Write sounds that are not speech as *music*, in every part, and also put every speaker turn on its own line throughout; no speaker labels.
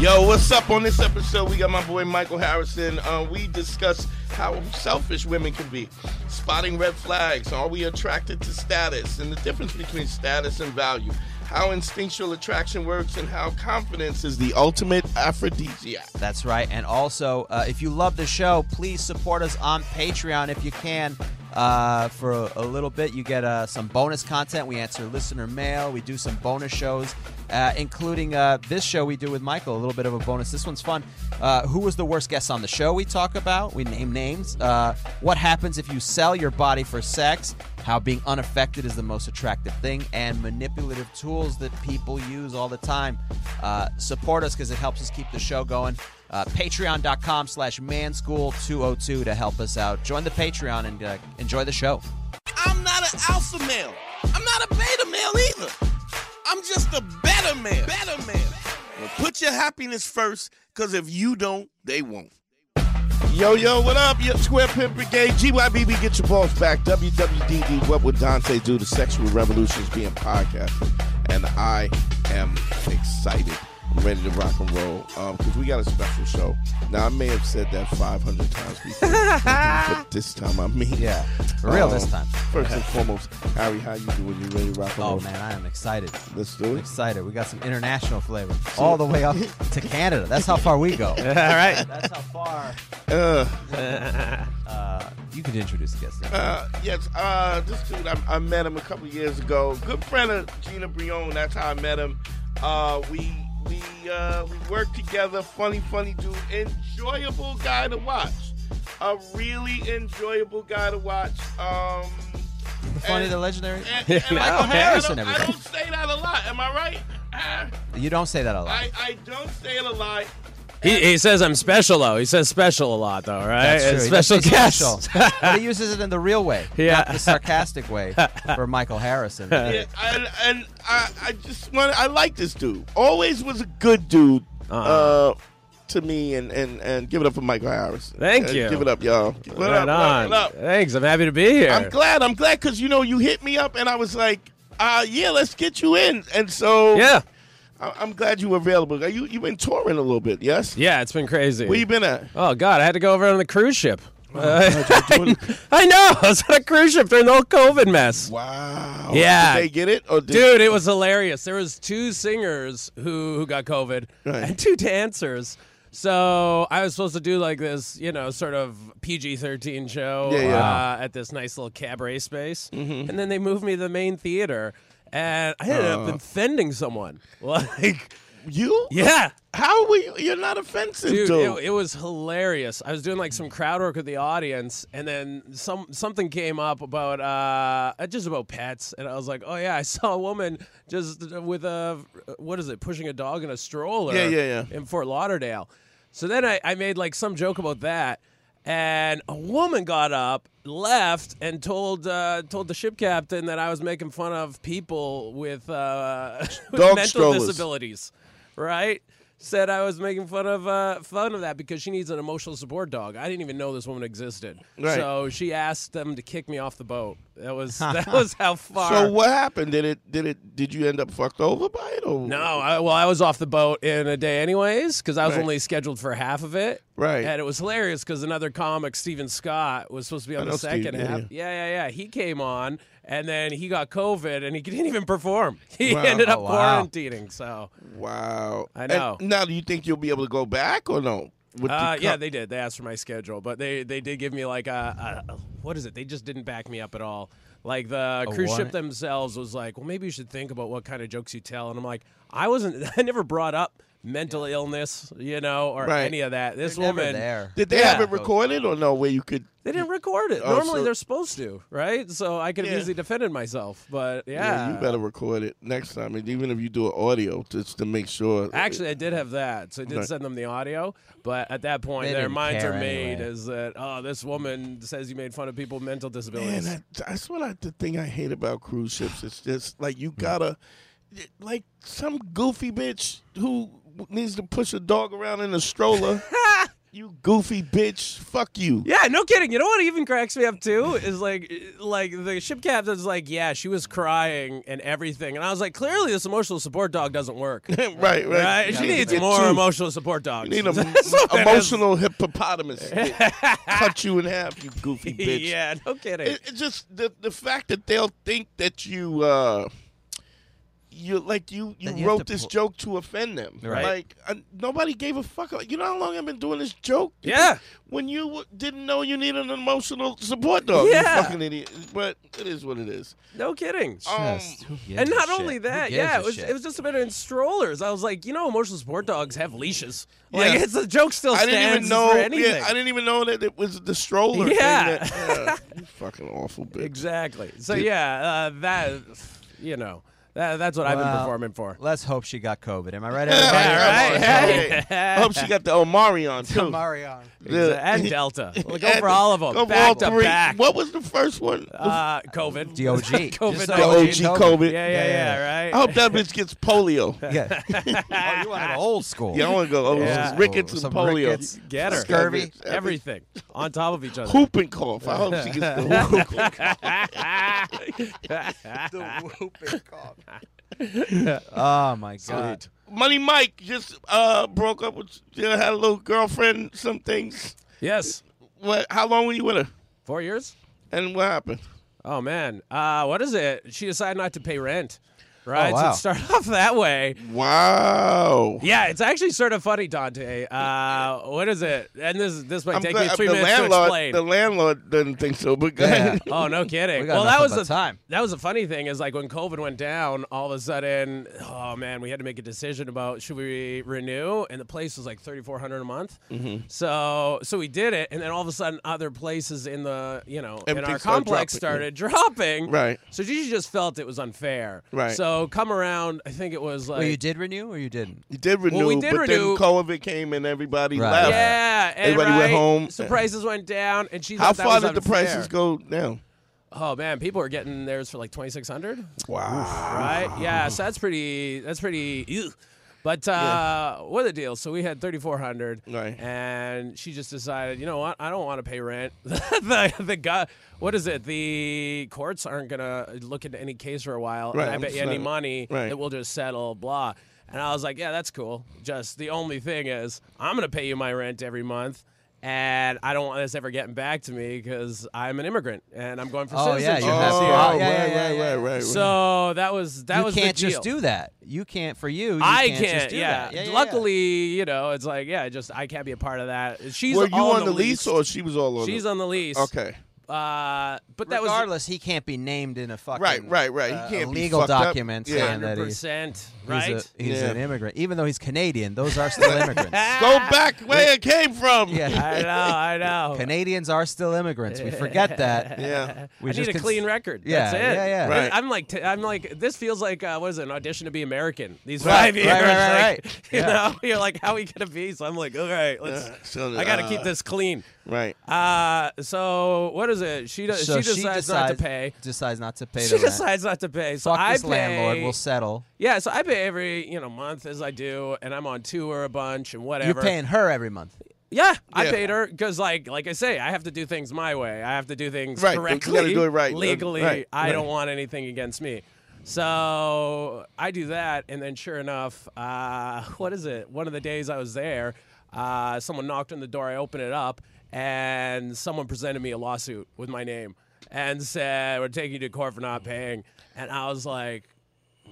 Yo, what's up on this episode? We got my boy Michael Harrison. Uh, we discuss how selfish women can be, spotting red flags. Are we attracted to status and the difference between status and value? How instinctual attraction works and how confidence is the ultimate aphrodisiac.
That's right. And also, uh, if you love the show, please support us on Patreon if you can. Uh, for a, a little bit, you get uh, some bonus content. We answer listener mail. We do some bonus shows, uh, including uh, this show we do with Michael. A little bit of a bonus. This one's fun. Uh, who was the worst guest on the show? We talk about. We name names. Uh, what happens if you sell your body for sex? How being unaffected is the most attractive thing, and manipulative tools that people use all the time. Uh, support us because it helps us keep the show going. Uh, Patreon.com slash manschool202 to help us out. Join the Patreon and uh, enjoy the show.
I'm not an alpha male. I'm not a beta male either. I'm just a better man. Better man. Well, put your happiness first, because if you don't, they won't. Yo, yo, what up? Your Square Pimp Brigade, GYBB, get your balls back. WWDD, what would Dante do? The Sexual Revolutions being podcast. And I am excited, ready to rock and roll, because we got a special show. Now, I may have said that 500 times *laughs* before, but this time I mean it.
Yeah, Oh. for real
Um,
this time.
First and foremost, Harry, how you doing? You ready to rock and roll?
Oh man, I am excited.
Let's do it.
Excited. We got some international flavor all the way up to Canada. That's how far we *laughs* go. All right. That's how far.
Uh,
*laughs* Uh, You could introduce the guest.
uh, yes, uh, this dude, I, I met him a couple years ago. Good friend of Gina Brion. That's how I met him. Uh, we we uh, we worked together. Funny, funny dude. Enjoyable guy to watch. A really enjoyable guy to watch. Um,
The funny, the *laughs* legendary.
and, and like,
Michael
I,
Harrison,
don't, I
everybody.
don't say that a lot. Am I right? Ah,
You don't say that a lot.
I, I don't say it a lot.
He, he says I'm special though. He says special a lot though, right?
That's true.
Eh, Special
He
guest.
does say special.
*laughs*
but he uses it in the real way,
Yeah.
not the sarcastic way for Michael Harrison.
Yeah, and and I, I just want I like this dude. Always was a good dude uh
Uh-huh.
to me, and, and and give it up for Michael Harris.
Thank
Uh,
you.
Give it up, y'all. Give it
*laughs* Right
up,
on.
rock it up.
Thanks. I'm happy to be here.
I'm glad. I'm glad because you know you hit me up, and I was like, uh, yeah, let's get you in. And so
yeah.
I, I'm glad you were available. You you've been touring a little bit, yes?
Yeah. It's been crazy.
Where you been Oh, at?
oh God, I had to go over on the cruise ship. Uh, *laughs* I know. I was on a cruise ship during the whole COVID mess.
Wow.
Yeah.
Did they get it? Or did,
Dude, it was hilarious. There was two singers who, who got COVID
Right.
and two dancers. So I was supposed to do like this, you know, sort of PG thirteen show
Yeah, Mm-hmm. yeah.
Uh, at this nice little cabaret space, and then they moved me to the main theater, and I ended
Oh.
up offending someone. *laughs* Like,
you?
yeah,
How were you? You're not offensive, dude.
dude, It, it was hilarious. I was doing like some crowd work with the audience, and then some something came up about uh, uh, just about pets, and I was like, oh yeah, I *laughs* saw a woman just with a what is it, pushing a dog in a stroller,
Yeah, yeah, yeah.
in Fort Lauderdale. So then I, I made like some joke about that, and a woman got up, left, and told uh, told the ship captain that I was making fun of people with, uh, *laughs* with
Dog
mental
strollers.
disabilities, right? Said I was making fun of uh, fun of that because she needs an emotional support dog. I didn't even know this woman existed,
Right.
so she asked them to kick me off the boat.
*laughs*
That was that was how far.
So what happened? Did it? Did it? Did you end up fucked over by it? Or
No, I, well, I was off the boat in a day anyways because I was
Right.
only scheduled for half of it.
Right.
And it was hilarious because another comic, Steven Scott, was supposed to be on
know
the
Steve,
second
yeah,
half. Yeah. yeah, yeah, He came on and then he got COVID and he *laughs* didn't even perform. He
Wow.
ended up
Oh, wow.
quarantining. So,
Wow.
I
And
know.
now, do you think you'll be able to go back or no? With the
uh,
co-
yeah, they did. They asked for my schedule, but they, they did give me like a, a what is it? They just didn't back me up at all. Like the cruise
warning?
ship *laughs* themselves was like, well, maybe you should think about what kind of jokes you tell. And I'm like, I wasn't, I never brought up mental illness, you know, or
Right.
any of that. This
They're never
woman,
there.
Did they
Yeah.
have it recorded or no? Where you could?
they didn't record it.
Oh,
Normally
so-
they're supposed to, right? So I could have
Yeah.
easily defended myself, but yeah.
you better record it next time, and even if you do an audio, just to make sure.
Actually, I did have that, so I did
Right.
send them the audio. But at that point,
They
their
didn't
minds
care
are made
anyway.
is that oh, this woman says you made fun of people with mental
Man,
disabilities.
that, that's what I, the thing I hate about cruise ships. It's just like
Hmm.
you gotta, like some goofy bitch who needs to push a dog around in a
*laughs*
stroller. you goofy bitch, fuck you.
Yeah, no kidding. You know what even cracks me up too is like, eh, like the ship captain's like, yeah, she was crying and everything, and I was like, clearly this emotional support dog doesn't
*laughs*
work.
right, right.
Right?
You
She needs
get
more
two.
emotional support dogs.
You need an
*laughs* That's what that is.
emotional hippopotamus. to cut you in half, you goofy bitch.
*laughs* yeah, no kidding.
It, it's just the the fact that they'll think that you uh you like you you,
That you have
wrote
to
this
pull-
joke to offend them.
Right.
Like uh, nobody gave a fuck. You know how long I've been doing this joke?
Yeah.
When you w- didn't know you needed an emotional support dog.
Yeah.
You fucking idiot. But it is what it is.
no kidding.
Oh,
Just, who gives
and
a
not
shit?
only
Who
that,
gives
yeah,
a
it was
shit?
it was just a bit in strollers. I was like, you know, emotional support dogs have leashes. Like
Yeah.
it's a joke still
I
stands
didn't even
for
know.
anything.
Yeah, I didn't even know that it was the stroller. thing
Yeah.
that-
*laughs*
yeah, you fucking awful bitch.
exactly. So yeah, uh, that you know, that, that's what I've been
Well,
performing for.
Let's hope she got COVID. Am I right,
*laughs* right?
everybody? *laughs*
Hey.
I hope she got the Omari on too.
Marion.
Exa- and
*laughs*
Delta. Well, go for all of them.
Go for
back
all
to
three.
back.
What was the first one? The f-
Uh, COVID.
DOG.
*laughs* COVID.
Just
the
Oh,
OG
it's
COVID.
COVID.
Yeah, yeah, yeah,
Yeah, yeah,
Right.
I hope that bitch gets polio.
*laughs*
Yeah,
Yeah. *laughs* oh, you want to go old school?
I want to go. Oh,
Yeah.
Rickets and
Some
polio.
rickets.
*laughs* Get her.
Scurvy.
That bitch- that bitch-
Everything on top of each other.
Whooping cough. I hope she gets the
*laughs*
whooping cough.
Oh my
*laughs*
god.
Money Mike just uh, broke up with. You had a little girlfriend. Some things.
yes.
What? How long were you with her?
Four years.
And what happened?
Oh man, uh, what is it? She decided not to pay rent, right?
wow.
So it started *laughs* off that way.
Wow.
Yeah, it's actually sort of funny, Dante. Uh, what is it? And this this might
I'm
take me
glad-
three
the
minutes to
landlord.
explain.
The landlord doesn't think so, but go
Yeah.
ahead.
Oh
*laughs*
no, kidding!
We got
well,
enough
that was
about
the
time.
That was the funny thing is like when COVID went down, all of a sudden, oh man, we had to make a decision about should we renew, and the place was like thirty four hundred a month.
Mm-hmm.
So so we did it, and then all of a sudden, other places in the you know in
Everything
our
started
complex
dropping,
started dropping.
Right.
So Gigi just felt it was unfair.
Right.
So come around, I think it was like
Well, Oh, you did renew or you didn't?
You did renew,
Well, we did
but then
renew.
COVID came and everybody
Right.
left.
yeah, and
Everybody went
right,
home.
So prices went down, and she
How
thought that
far
was
did the
unfair.
prices go down?
Oh man, people are getting theirs for like twenty six hundred.
Wow.
right?
*laughs*
Yeah, so that's pretty. That's pretty. ew. But uh, what are the deals? So we had thirty four hundred,
Right.
And she just decided, you know what? I don't want to pay rent. *laughs* the the guy, what is it? The courts aren't gonna look into any case for a while,
Right,
and I
I'm
bet you
just
any
not-
money
right.
that we'll just settle, blah. And I was like, yeah, that's cool. Just the only thing is, I'm gonna pay you my rent every month. And I don't want this ever getting back to me because I'm an immigrant and I'm going for
Oh, yeah,
citizenship.
you have to-
right,
yeah, yeah,
right,
yeah, yeah.
right, right, *laughs* right.
So that was that
you
was
can't
the deal.
just do that. You can't for you. you
I
can't.
can't.
just do
yeah.
That. yeah. yeah,
Luckily, you know, it's like yeah, just I can't be a part of that. She's
were you
all
on the lease or she was all on?
she's
the,
on the lease?
Okay.
Uh, but that
yeah.
was
regardless, he can't be named in a fucking
Right, right, right. He
uh,
can't be
legal
fucked up.
documents
Yeah.
saying that
hundred
he's,
percent
he's
right.
a, he's
Yeah.
an immigrant. Even though he's Canadian, those
*laughs*
are still
*laughs*
immigrants.
Go back where it came from.
Yeah,
I know. I know.
Canadians are still immigrants. We forget
*laughs*
*laughs*
that.
Yeah.
We
I
just
need a
cons-
clean record.
Yeah,
That's it.
yeah, yeah.
Right.
I'm like, t- I'm like, this feels like uh, what is it? An audition to be American? These
Right,
five
right,
years,
right, right,
like,
right.
*laughs* You
Yeah.
know, you're like, how are we gonna be? So I'm like, all right, let's.
Yeah, *laughs* so,
I gotta keep
uh,
this clean.
Right.
Uh, so what is it? She does.
So
she, decides not to pay.
Decides not to pay.
She
the rent.
decides not to pay. So
Fuck
I
this
pay.
landlord. We'll settle.
yeah, so I pay every you know month as I do, and I'm on tour a bunch and whatever.
You're paying her every month.
Yeah, I
Yeah.
paid her because like like I say, I have to do things my way. I have to do things
Right, you gotta
correctly.
do it right. uh,
Legally,
Right,
I
right.
don't want anything against me. So I do that, and then sure enough, uh, what is it? One of the days I was there, uh, someone knocked on the door. I opened it up, and someone presented me a lawsuit with my name and said, "We're taking you to court for not paying." And I was like,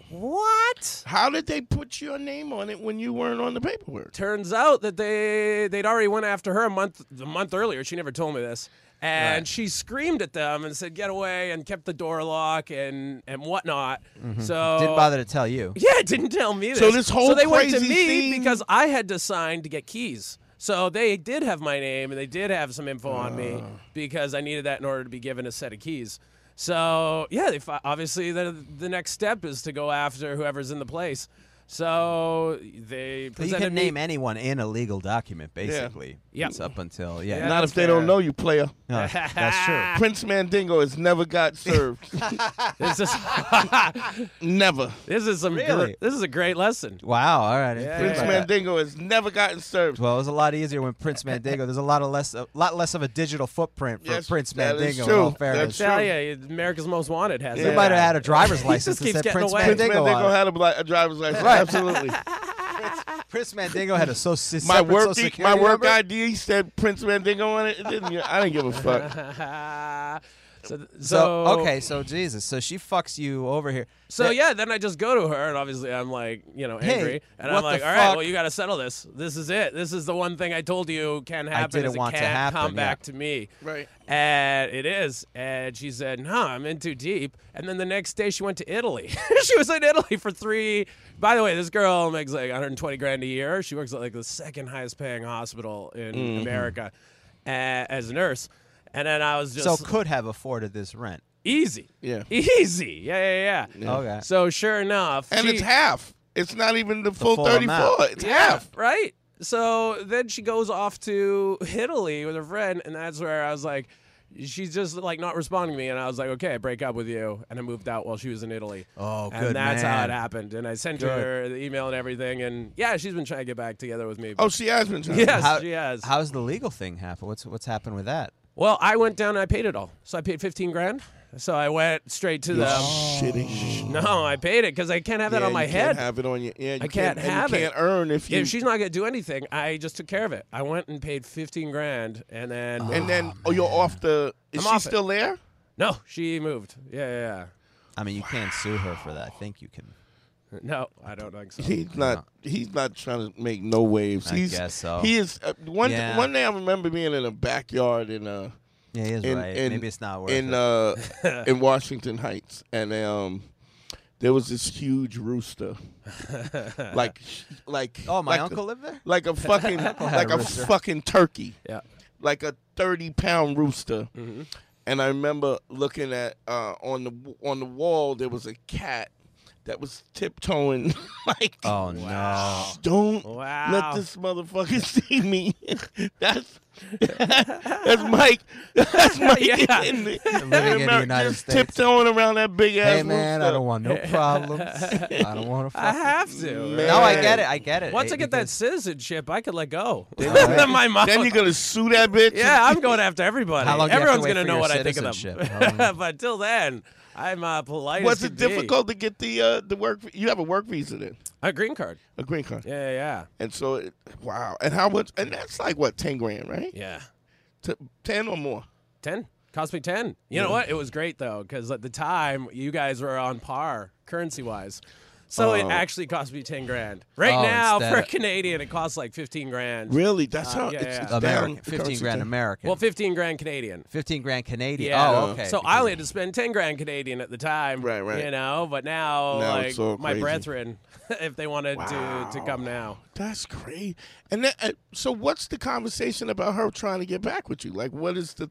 What?
How did they put your name on it when you weren't on the paperwork?
Turns out that they they'd already went after her a month a month earlier. She never told me this. And she screamed at them and said, "Get away!" and kept the door locked and and whatnot. So
Didn't bother to tell you.
Yeah, it didn't tell me this.
So this whole
so they went to
crazy
me
thing-
because I had to sign to get keys. So they did have my name and they did have some info on me because I needed that in order to be given a set of keys. So yeah, they fi- obviously the the next step is to go after whoever's in the place. So they
But you
presented
can
me-
name anyone in a legal document, basically.
Yep.
It's up until yeah.
Yeah.
Not
that's
if they don't
fair.
know you, player.
No, that's
*laughs*
*laughs* true.
Prince Mandingo has never got served.
This is *laughs*
never.
this is some gr-
Really?
this is a great lesson.
Wow. All right. I
Yeah.
didn't
Prince
think about that.
Mandingo has never gotten served.
Well, it was a lot easier when Prince Mandingo. There's a lot of less, a lot less of a digital footprint for
Yes,
Prince
that is
Mandingo. In
true.
all
That's
fairness,
Tell
true.
ya, America's Most Wanted has.
you
that.
might have had a
*laughs*
driver's license
keeps
that said
getting
Prince
away.
Prince
Mandingo.
Mandingo
on it.
had a, bli- a driver's license.
Right.
Absolutely.
Prince Mandingo had a
*laughs*
so se-
my
separate
work,
social
e- my
security
work
number.
ID said Prince Mandingo on it. it didn't, I didn't give a fuck. *laughs*
*laughs* so, th-
So
so
okay, so Jesus, so she fucks you over here.
So
Th-
yeah, then I just go to her, and obviously I'm like, you know,
Hey,
angry, and
what
I'm
the
like, all right,
fuck?"
well, you got to settle this. This is it. This is the one thing I told you can happen.
didn't
is it
want to
can't
happen,
Come back
yeah.
to me,
Right.
And it is. And she said, no, I'm in too deep. And then the next day she went to Italy. *laughs* she was in Italy for three. By the way, this girl makes like 120 grand a year. She works at like the second highest paying hospital in
Mm-hmm.
America uh, as a nurse. And then I was just
so could have afforded this rent.
easy.
Yeah.
*laughs* Easy. Yeah, yeah, yeah.
Okay.
So sure enough,
And
she-
it's half. It's not even the full,
full
34.
amount.
It's
yeah,
half.
right. So then she goes off to Italy with her friend, and that's where I was like, she's just like not responding to me, and I was like, okay, I break up with you, and I moved out while she was in Italy.
Oh,
and
good
that's how
man.
it happened, and I sent
Good.
her the email and everything, and yeah, she's been trying to get back together with me. but-
Oh, she has been trying.
*laughs* yes,
How-
she has.
How's the legal thing happen? What's what's happened with that?
well, I went down and I paid it all, so I paid fifteen grand. So I went straight to the.
Shitty.
No, I paid it because I can't have Oh, that
Yeah,
on my
you
head.
Can't have it on your. Yeah, you
I can't
and you
have it.
Can't earn if you.
if she's not gonna do anything, I just took care of it. I went and paid fifteen grand, and then
and
*sighs*
then oh, you're off the. Is
I'm
she
off it.
still there?
no, she moved. Yeah, yeah,
I mean, you can't sue her for that. I think you can.
yeah. No, I don't think so.
He's not. He's not trying to make no waves.
I
he's,
guess so.
He is. Uh, one
Yeah.
one day I remember being in a backyard in uh
Yeah, he is
in,
right.
in
Maybe it's not worth
in
it.
uh
*laughs*
in Washington Heights, and um there was this huge
*laughs*
rooster, like like
oh, my
like
uncle
a,
lived there.
like a
*laughs*
fucking
had
like
a
a
rooster.
fucking turkey.
Yeah.
like a thirty pound rooster.
Mm-hmm.
And I remember looking at uh, on the w- on the wall there was a cat that was tiptoeing *laughs* like
Oh no.
don't
Wow.
let this motherfucker *laughs* see me. that's that's Mike. That's Mike.
*laughs* Yeah.
in
*laughs*
the,
Living in the
Ameri-
United
just
States.
tiptoeing around that big ass.
Hey man, I
rooster.
don't want
*laughs*
no problems. I don't want to.
I have to.
Man.
No, I get it. I get it.
Once
eh,
I get that
because-
citizenship, I could let go. *laughs*
Alright.
my mouth.
Then you're gonna sue that bitch.
*laughs* yeah, I'm going after everybody.
How long do you have to
Everyone's
wait
gonna
for
know
your
what I think of them. *laughs*
citizenship? How long-
but till then, I'm uh, polite.
Was
as
it
could be.
difficult to get the uh, the work? You have a work visa then,
A green card.
a green card.
Yeah, yeah, yeah.
And so, it, wow. And how much? And that's like what, ten grand, right?
yeah.
T- ten or more.
10 cost me 10 you know what it was great though because at the time you guys were on par currency wise so it
Oh.
actually cost me 10 grand right
Oh,
now
instead
for a
of-
Canadian it costs like 15 grand
Really? That's how.
Uh, yeah,
it's,
yeah.
it's
American,
down.
fifteen grand American.
well 15 grand Canadian
fifteen grand Canadian.
yeah.
Oh, okay.
So
because-
I only had to spend 10 grand Canadian at the time.
Right, right.
You know, but now,
Now
like,
it's all
my
crazy.
brethren, *laughs* if they wanted to, to come now.
That's great. And that, uh, so, what's the conversation about her trying to get back with you? Like, what is the?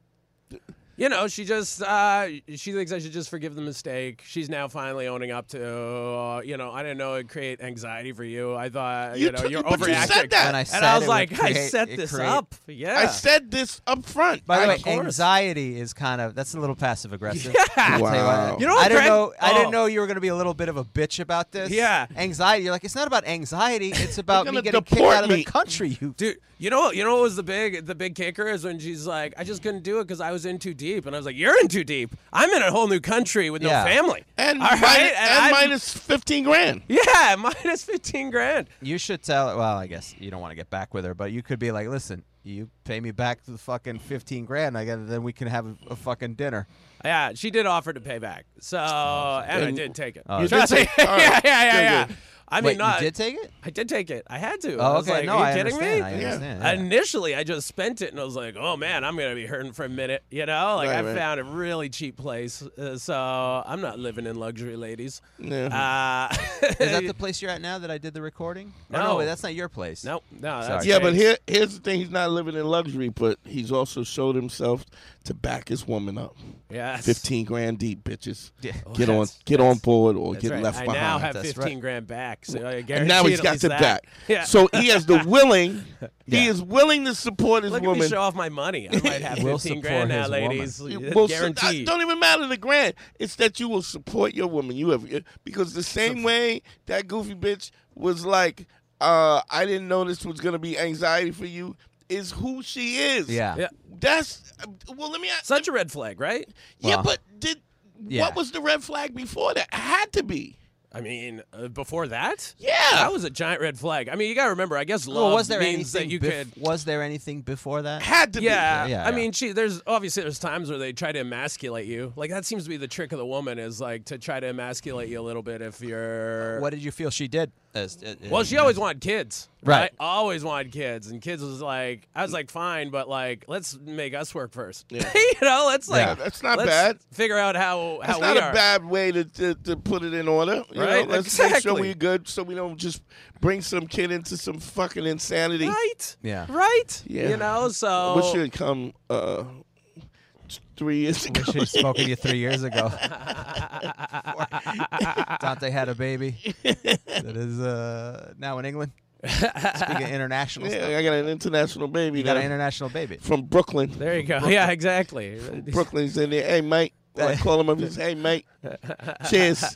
You know, she just uh, she thinks I should just forgive the mistake. She's now finally owning up to. Uh, you know, I didn't know it'd create anxiety for you. I thought you, know
took-
you're
but
overreacting.
you said that.
When I
And
said
I was
it would
like, I
create-
set
it
this
create-
up. Yeah.
I
*laughs*
said this up front.
By the
I-
way, anxiety is kind of that's a little passive aggressive.
Wow.
You know what,
I didn't
Greg?
know. I
Oh.
didn't know you were going to be a little bit of a bitch about this.
Yeah.
anxiety. You're like, it's not about anxiety. It's about me
gonna
getting kicked
deport
out of
me.
the country. You
Dude, you know, you know what was the big, the big kicker is when she's like, "I just couldn't do it because I was in too deep, and I was like, "You're in too deep. I'm in a whole new country with
Yeah.
no family."
And,
All
minus-
right?
and
I'm-
minus 15 grand.
*laughs* Yeah, *laughs* minus fifteen grand.
You should tell. Well, I guess you don't want to get back with her, but you could be like, "Listen, you pay me back the fucking fifteen grand. I got then we can have a, a fucking dinner."
Yeah, she did offer to pay back, so and I did take it.
you
Trust
Oh, did
me.
take- all
yeah,
right,
*laughs* yeah, yeah,
good,
yeah.
good.
I mean,
Wait,
not.
you did take it?
I did take it. I had to.
Oh,
I was
okay.
like,
no,
are you
I
kidding
understand.
me?
I understand. yeah.
Initially, I just spent it and I was like, "Oh man, I'm gonna be hurting for a minute," you know. Like
Right,
I
right.
found a really cheap place, uh, so I'm not living in
*laughs*
luxury, ladies.
Yeah.
Uh,
Is that the
*laughs*
place you're at now that I did the recording? Oh,
No.
no, wait, that's not your place.
no, no.
Sorry.
That's
Yeah, but
changed.
here, here's the thing: he's not living in luxury, but he's also showed himself to back his woman up.
yes. Oh,
Fifteen grand deep, bitches.
Yeah.
Get on,
that's-
get on board, or
That's
get
right.
left
I
behind.
now have
That's
15
right.
grand back, so I
and now he's
guaranteed at
got
least
the
that.
back.
Yeah.
So he has the willing.
*laughs*
He
Yeah.
is willing to support his
Look at me
woman.
show off my money. I might
*laughs*
have
We'll
15
support
grand now,
his woman.
ladies.
You
That's
will su-
guaranteed.
I- don't even matter the grand. It's that you will support your woman. You have eh, because the same way that goofy bitch was like, uh, I didn't know this was gonna be anxiety for you. Is who she is.
Yeah.
yeah.
That's uh, well. Let me. Ask,
Such a red flag, right?
yeah,
Well,
but did
yeah.
what was the red flag before that? It had to be.
I mean, uh, before that?
Yeah.
That was a giant red flag. I mean, you got to remember, I guess love
Well, Oh, was there
means that
anything?
you
bef-
could.
Was there anything before that?
Had to
Yeah,
be.
Yeah,
I
yeah.
mean, she, there's obviously there's times where they try to emasculate you. Like that seems to be the trick of the woman is like to try to emasculate you a little bit if you're.
What did you feel she did? As, uh,
Well, she
*laughs*
always wanted kids.
Right.
I always wanted kids. And kids was like, I was like, fine, but like, let's make us work first. *laughs* you know, let's like,
Yeah,
that's not
let's
bad.
Figure out how,
That's
how we
not
are.
a bad way to, to, to put it in order. You
Right,
Know? Let's make sure
exactly.
we're good so we don't just bring some kid into some fucking insanity.
right.
Yeah.
Right.
Yeah.
You know, so.
Which should come uh, t- three years ago.
Should have spoken to you three years
*laughs*
ago. Dante had a baby that is uh, now in England. Speaking of
*laughs*
international stuff,
*laughs* Yeah, I got an international baby
you got an
now
international baby.
from Brooklyn.
there you go. Yeah, exactly.
Brooklyn's in there. Hey,
*laughs*
mate. I call him up and say, hey, mate. Cheers.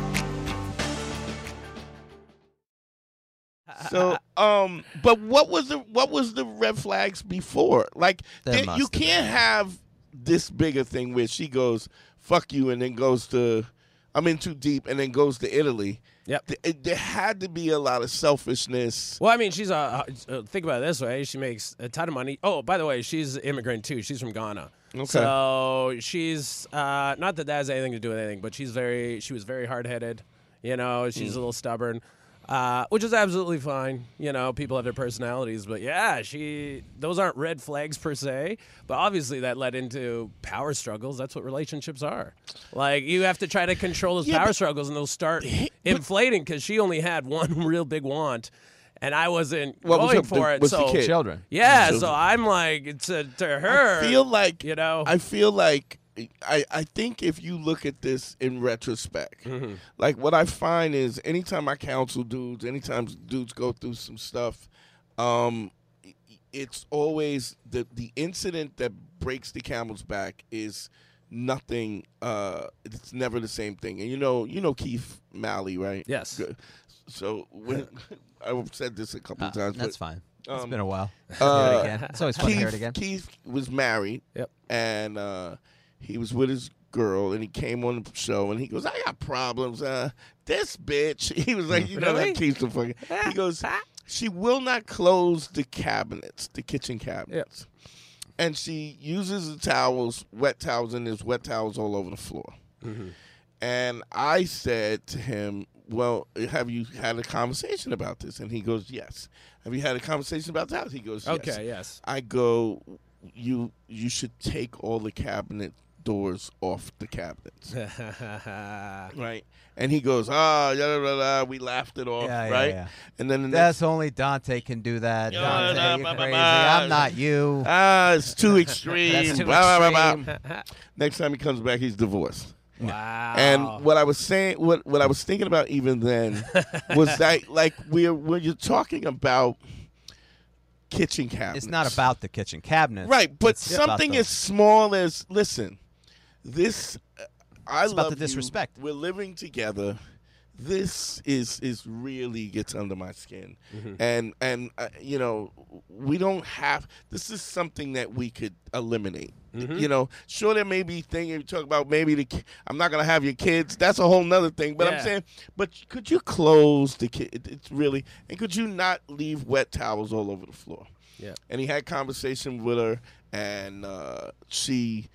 So, um, but what was the what was the red flags before? Like,
There
there-
must
you
have been.
can't have this bigger thing where she goes "fuck you" and then goes to "I'm in too deep" and then goes to Italy.
Yep.
Th- it- There had to be a lot of selfishness.
Well, I mean, she's a. Uh, think about it this way: she makes a ton of money. Oh, by the way, she's immigrant too. She's from Ghana.
Okay.
So she's uh, not that that has anything to do with anything, but she's very. She was very hard headed. You know, she's
Mm.
a little stubborn, uh, which is absolutely fine. You know, people have their personalities, but yeah, she. Those aren't red flags per se, but obviously that led into power struggles. That's what relationships are. Like you have to try to control those
Yeah,
power
but-
struggles, and they'll start inflating because she only had *laughs* one real big want, and I wasn't
What was
going
the-
for it.
was the
so
kid?
Children.
yeah,
So-
so I'm like to to her.
feel like
you
Oh.
know.
I feel like I, I think if you look at this in retrospect,
Mm-hmm.
like what I find is anytime I counsel dudes, anytime dudes go through some stuff, um, it's always the the incident that breaks the camel's back is nothing. Uh, it's never the same thing. And you know, you know Keith Malley, right?
Yes.
Good. So
*laughs*
when I've said this a couple of times,
Uh, That's
but,
fine. it's
um,
been a while. hear
uh,
it again. It's always fun to hear it again.
Keith was married.
Yep.
And uh, he was with his girl, and he came on the show, and he goes, "I got problems. Uh, this bitch." *laughs* He was like, "You know
Really?
that Keith's the fucking." He goes, "She will not close the cabinets, the kitchen cabinets." And she uses the towels, wet towels, and there's wet towels all over the floor. And I said to him, Well, have you had a conversation about this? And he goes, Yes. Have you had a conversation about
*laughs*
that? He goes, yes.
okay, yes.
I go, you you should take all the cabinet doors off the cabinets. right? And he goes, ah, yada, yada, yada. we laughed it off,
Yeah, yeah,
right?
yeah.
And then the next,
That's only Dante can do that.
Yo,
Dante,
da,
you're
ba, ba,
crazy.
ba.
I'm not you.
ah,
*laughs*
it's too extreme.
too
blah, blah, blah,
*laughs*
blah. Next time he comes back, he's divorced.
wow.
Oh.
And what I was saying, what what I was thinking about even then,
*laughs*
was that like we're when you're talking about kitchen cabinets,
It's not about the kitchen cabinet.
right, but
It's about
something
the-
as small as listen, this uh, I
It's about the
love you.
disrespect.
We're living together. This is is really gets under my skin, and and uh, you know we don't have. This is something that we could eliminate. You know, sure there may be thing you talk about. Maybe the ki- I'm not gonna have your kids. That's a whole nother thing. But
Yeah.
I'm saying, but could you close the kid? it- It's really and could you not leave wet towels all over the floor?
Yeah.
and he had conversation with her, and uh, she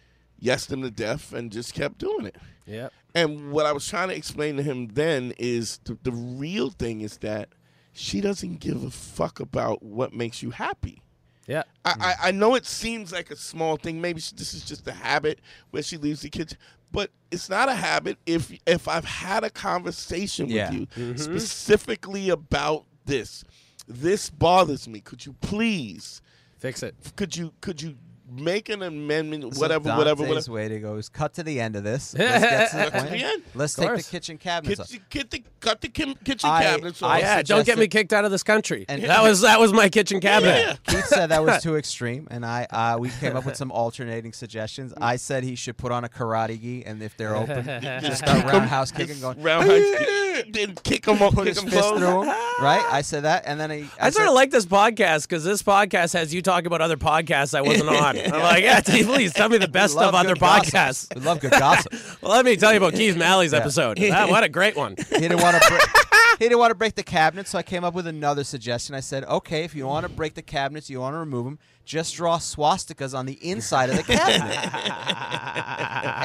yesed him to death and just kept doing it.
Yep.
And what I was trying to explain to him then is the, the real thing is that she doesn't give a fuck about what makes you happy.
Yeah.
I, I, I know it seems like a small thing. Maybe she, this is just a habit where she leaves the kitchen, but it's not a habit. If if I've had a conversation
Yeah.
with you specifically about this, this bothers me. Could you please?
Fix it.
Could you could you make an amendment?
So
whatever,
Dante's
whatever, whatever.
way to go is cut to the end
*laughs*
of this. Let's get to the
Cut to
point.
the end.
Let's
Of
take the
course.
kitchen cabinets. off.
Kitchen, get the, cut the kim- kitchen
I-
cabinets
I
off.
Yeah. Don't get
suggested-
me kicked out of this country.
And-
that was that was my kitchen cabinet.
Yeah.
Keith said that was too extreme, and I uh, we came up with some alternating suggestions. I said he should put on a karate gi, and if they're open,
*laughs*
just start roundhouse kicking, going *laughs*
roundhouse, kick, then kick them up,
put
kick
his
them
fist through him. Right? I said that, and then he,
I sort
said-
of like this podcast because this podcast has you talking about other podcasts I
*laughs*
wasn't on. I'm like, yeah, *laughs* please tell me the
We
best
love
of other
good gossip.
podcasts.
We love good gossip.
*laughs*
Well, let me tell you about Keith
*laughs*
Malley's
Yeah.
episode. Ah, what a great one.
He didn't want
*laughs*
to. Bre- he didn't want to break the cabinet, so I came up with another suggestion. I said, "Okay, if you want to break the cabinets, you want to remove them. Just draw swastikas on the inside of the
*laughs*
cabinet,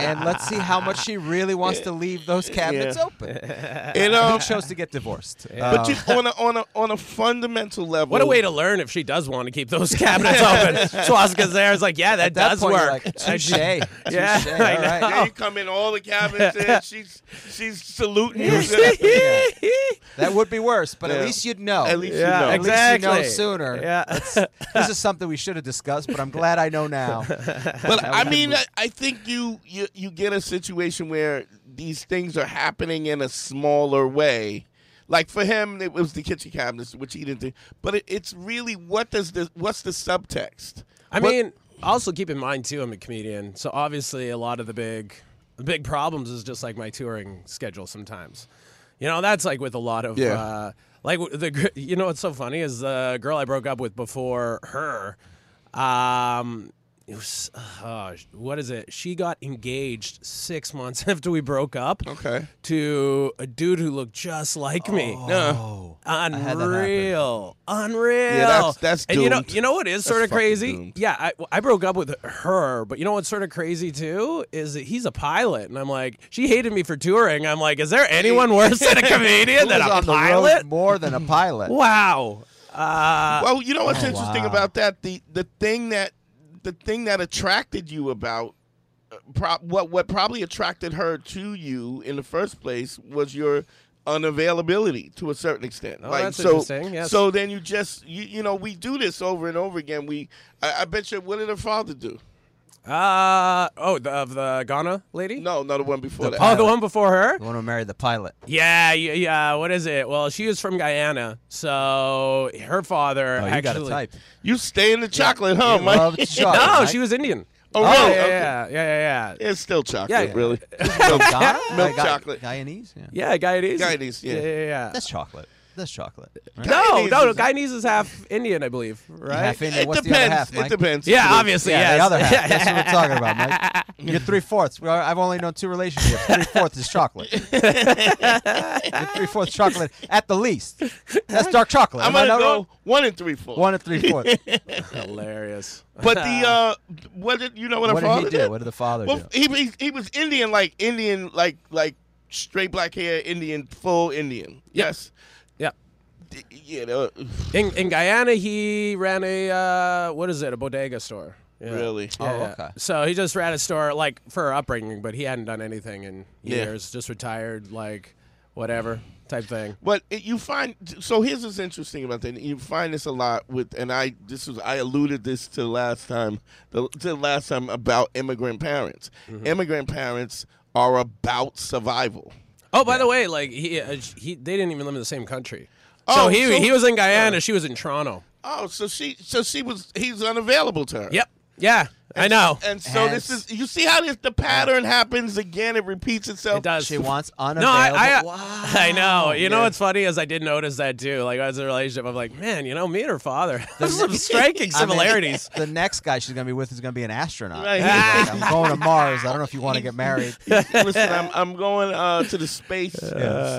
and let's see how much she really wants to leave those cabinets
Yeah.
open."
And, um,
*laughs* He chose to get divorced.
but
Um,
you, on a on a on a fundamental level,
What a way to learn if she does want to keep those *laughs* cabinets
*laughs*
open. Swastika's there. It's like, yeah, that,
at that
does
point, you're
work.
Like,
I
touche.
ju- Yeah,
touche,
I
all right.
Yeah, you come in all the cabinets
*laughs*
in. She's she's saluting you.
*laughs*
That would be worse, but at
Yeah.
least you'd know.
At
*laughs*
least
Yeah,
you know.
At least you know
Exactly.
sooner.
Yeah.
*laughs*
*laughs*
That's- this is something we should have discussed, but I'm glad I know
*laughs*
now.
*laughs*
But I mean, I, I think you, you you get a situation where these things are happening in a smaller way. Like for him, it was the kitchen cabinets, which he didn't. do. But it, it's really what does the what's the subtext?
I
What-
mean, also keep in mind too, I'm a comedian, so obviously a lot of the big, the big problems is just like my touring schedule sometimes. You know, that's like with a lot of,
Yeah.
uh, like w- the, gr- you know, what's so funny is the girl I broke up with before her, um, it was, uh, what is it? She got engaged six months *laughs* after we broke up.
Okay.
To a dude who looked just like me.
Oh. had that happen.
Unreal, unreal.
that's- that's
and you know,
doomed.
you know what is sort of
fucking
crazy?
doomed.
Yeah, I, I broke up with her, but you know what's sort of crazy too is that he's a pilot, and I'm like, she hated me for touring. I'm like, is there anyone worse
*laughs*
than a comedian than
Who's
a
on the road
pilot?
more than a pilot.
Wow. Uh,
well, you know what's interesting
wow.
about that the the thing that the thing that attracted you about uh, pro- what what probably attracted her to you in the first place was your unavailability to a certain extent.
Oh,
like
that's
so,
interesting, yes.
so then you just you, you know we do this over and over again. We I, I bet you what did her father do?
uh, oh, the, of the Ghana lady.
No, not the one before that.
Oh, the one before her?
The one who married the pilot.
Yeah, yeah, yeah. What is it? Well, she is from Guyana, so her father
Oh, you
actually.
got a type.
you stay in the chocolate, huh, *laughs*
You
Mike?
loved
No,
chocolate, right?
she was Indian.
Oh,
yeah,
really?
yeah,
Okay.
yeah, yeah, yeah, yeah.
It's still chocolate,
Yeah.
really. *laughs*
From *laughs* Ghana?
Milk
Like, Guy-
chocolate.
Guyanese? Yeah.
Yeah, Guyanese.
Guyanese, yeah.
yeah, yeah. yeah.
That's chocolate. That's chocolate. right?
No,
Guyanese
no, no.
is-
Guyanese is half Indian, I believe, right?
Half Indian.
It
What's the other
depends.
half, Mike?
it depends.
Yeah,
It is.
obviously,
Yeah,
yes.
the other half. That's what we're talking about,
*laughs*
Mike. You're three fourths. I've only known two relationships. Three fourths
*laughs*
is chocolate. You're three fourths chocolate at the least. That's dark chocolate.
I'm
Am I
gonna
not
go
wrong?
one and three fourths.
One and three
*laughs*
fourths.
*laughs* Hilarious.
But the uh, what did you know what,
What
her
did
father
he do? What did the father
well,
do?
he, he he was Indian, like Indian, like like straight black hair, Indian, full Indian. Yes,
Yeah.
D- *sighs* yeah. the-
In, in Guyana, he ran a uh, what is it? A bodega store.
Really?
Oh, okay.
So he just ran a store like for her upbringing, but he hadn't done anything in
Yeah.
years. Just retired, like whatever type thing.
But it, you find so here's what's interesting about that. You find this a lot with, and I this was I alluded this to last time, the, to the last time about immigrant parents.
Mm-hmm.
Immigrant parents are about survival.
Oh, by the way, like he, uh, sh- he they didn't even live in the same country.
Oh,
so he
so-
he was in Guyana, she was in Toronto.
Oh, so she, so she was, he's unavailable to her.
Yep. Yeah, I know.
And so this is,
Yes.
you see how this the pattern happens again. It repeats itself.
It does.
She wants
No,
unavailable.
I, I,
wow.
I know. You know what's funny is I did notice that too. Like as a relationship, I'm like, man, you know, me and her father, *laughs* there's some striking
I mean,
similarities.
*laughs* the next guy she's gonna be with is gonna be an astronaut.
Right.
He's like, I'm
*laughs*
going to Mars. I don't know if you want to get married.
*laughs* Listen, I'm, I'm going uh, to the space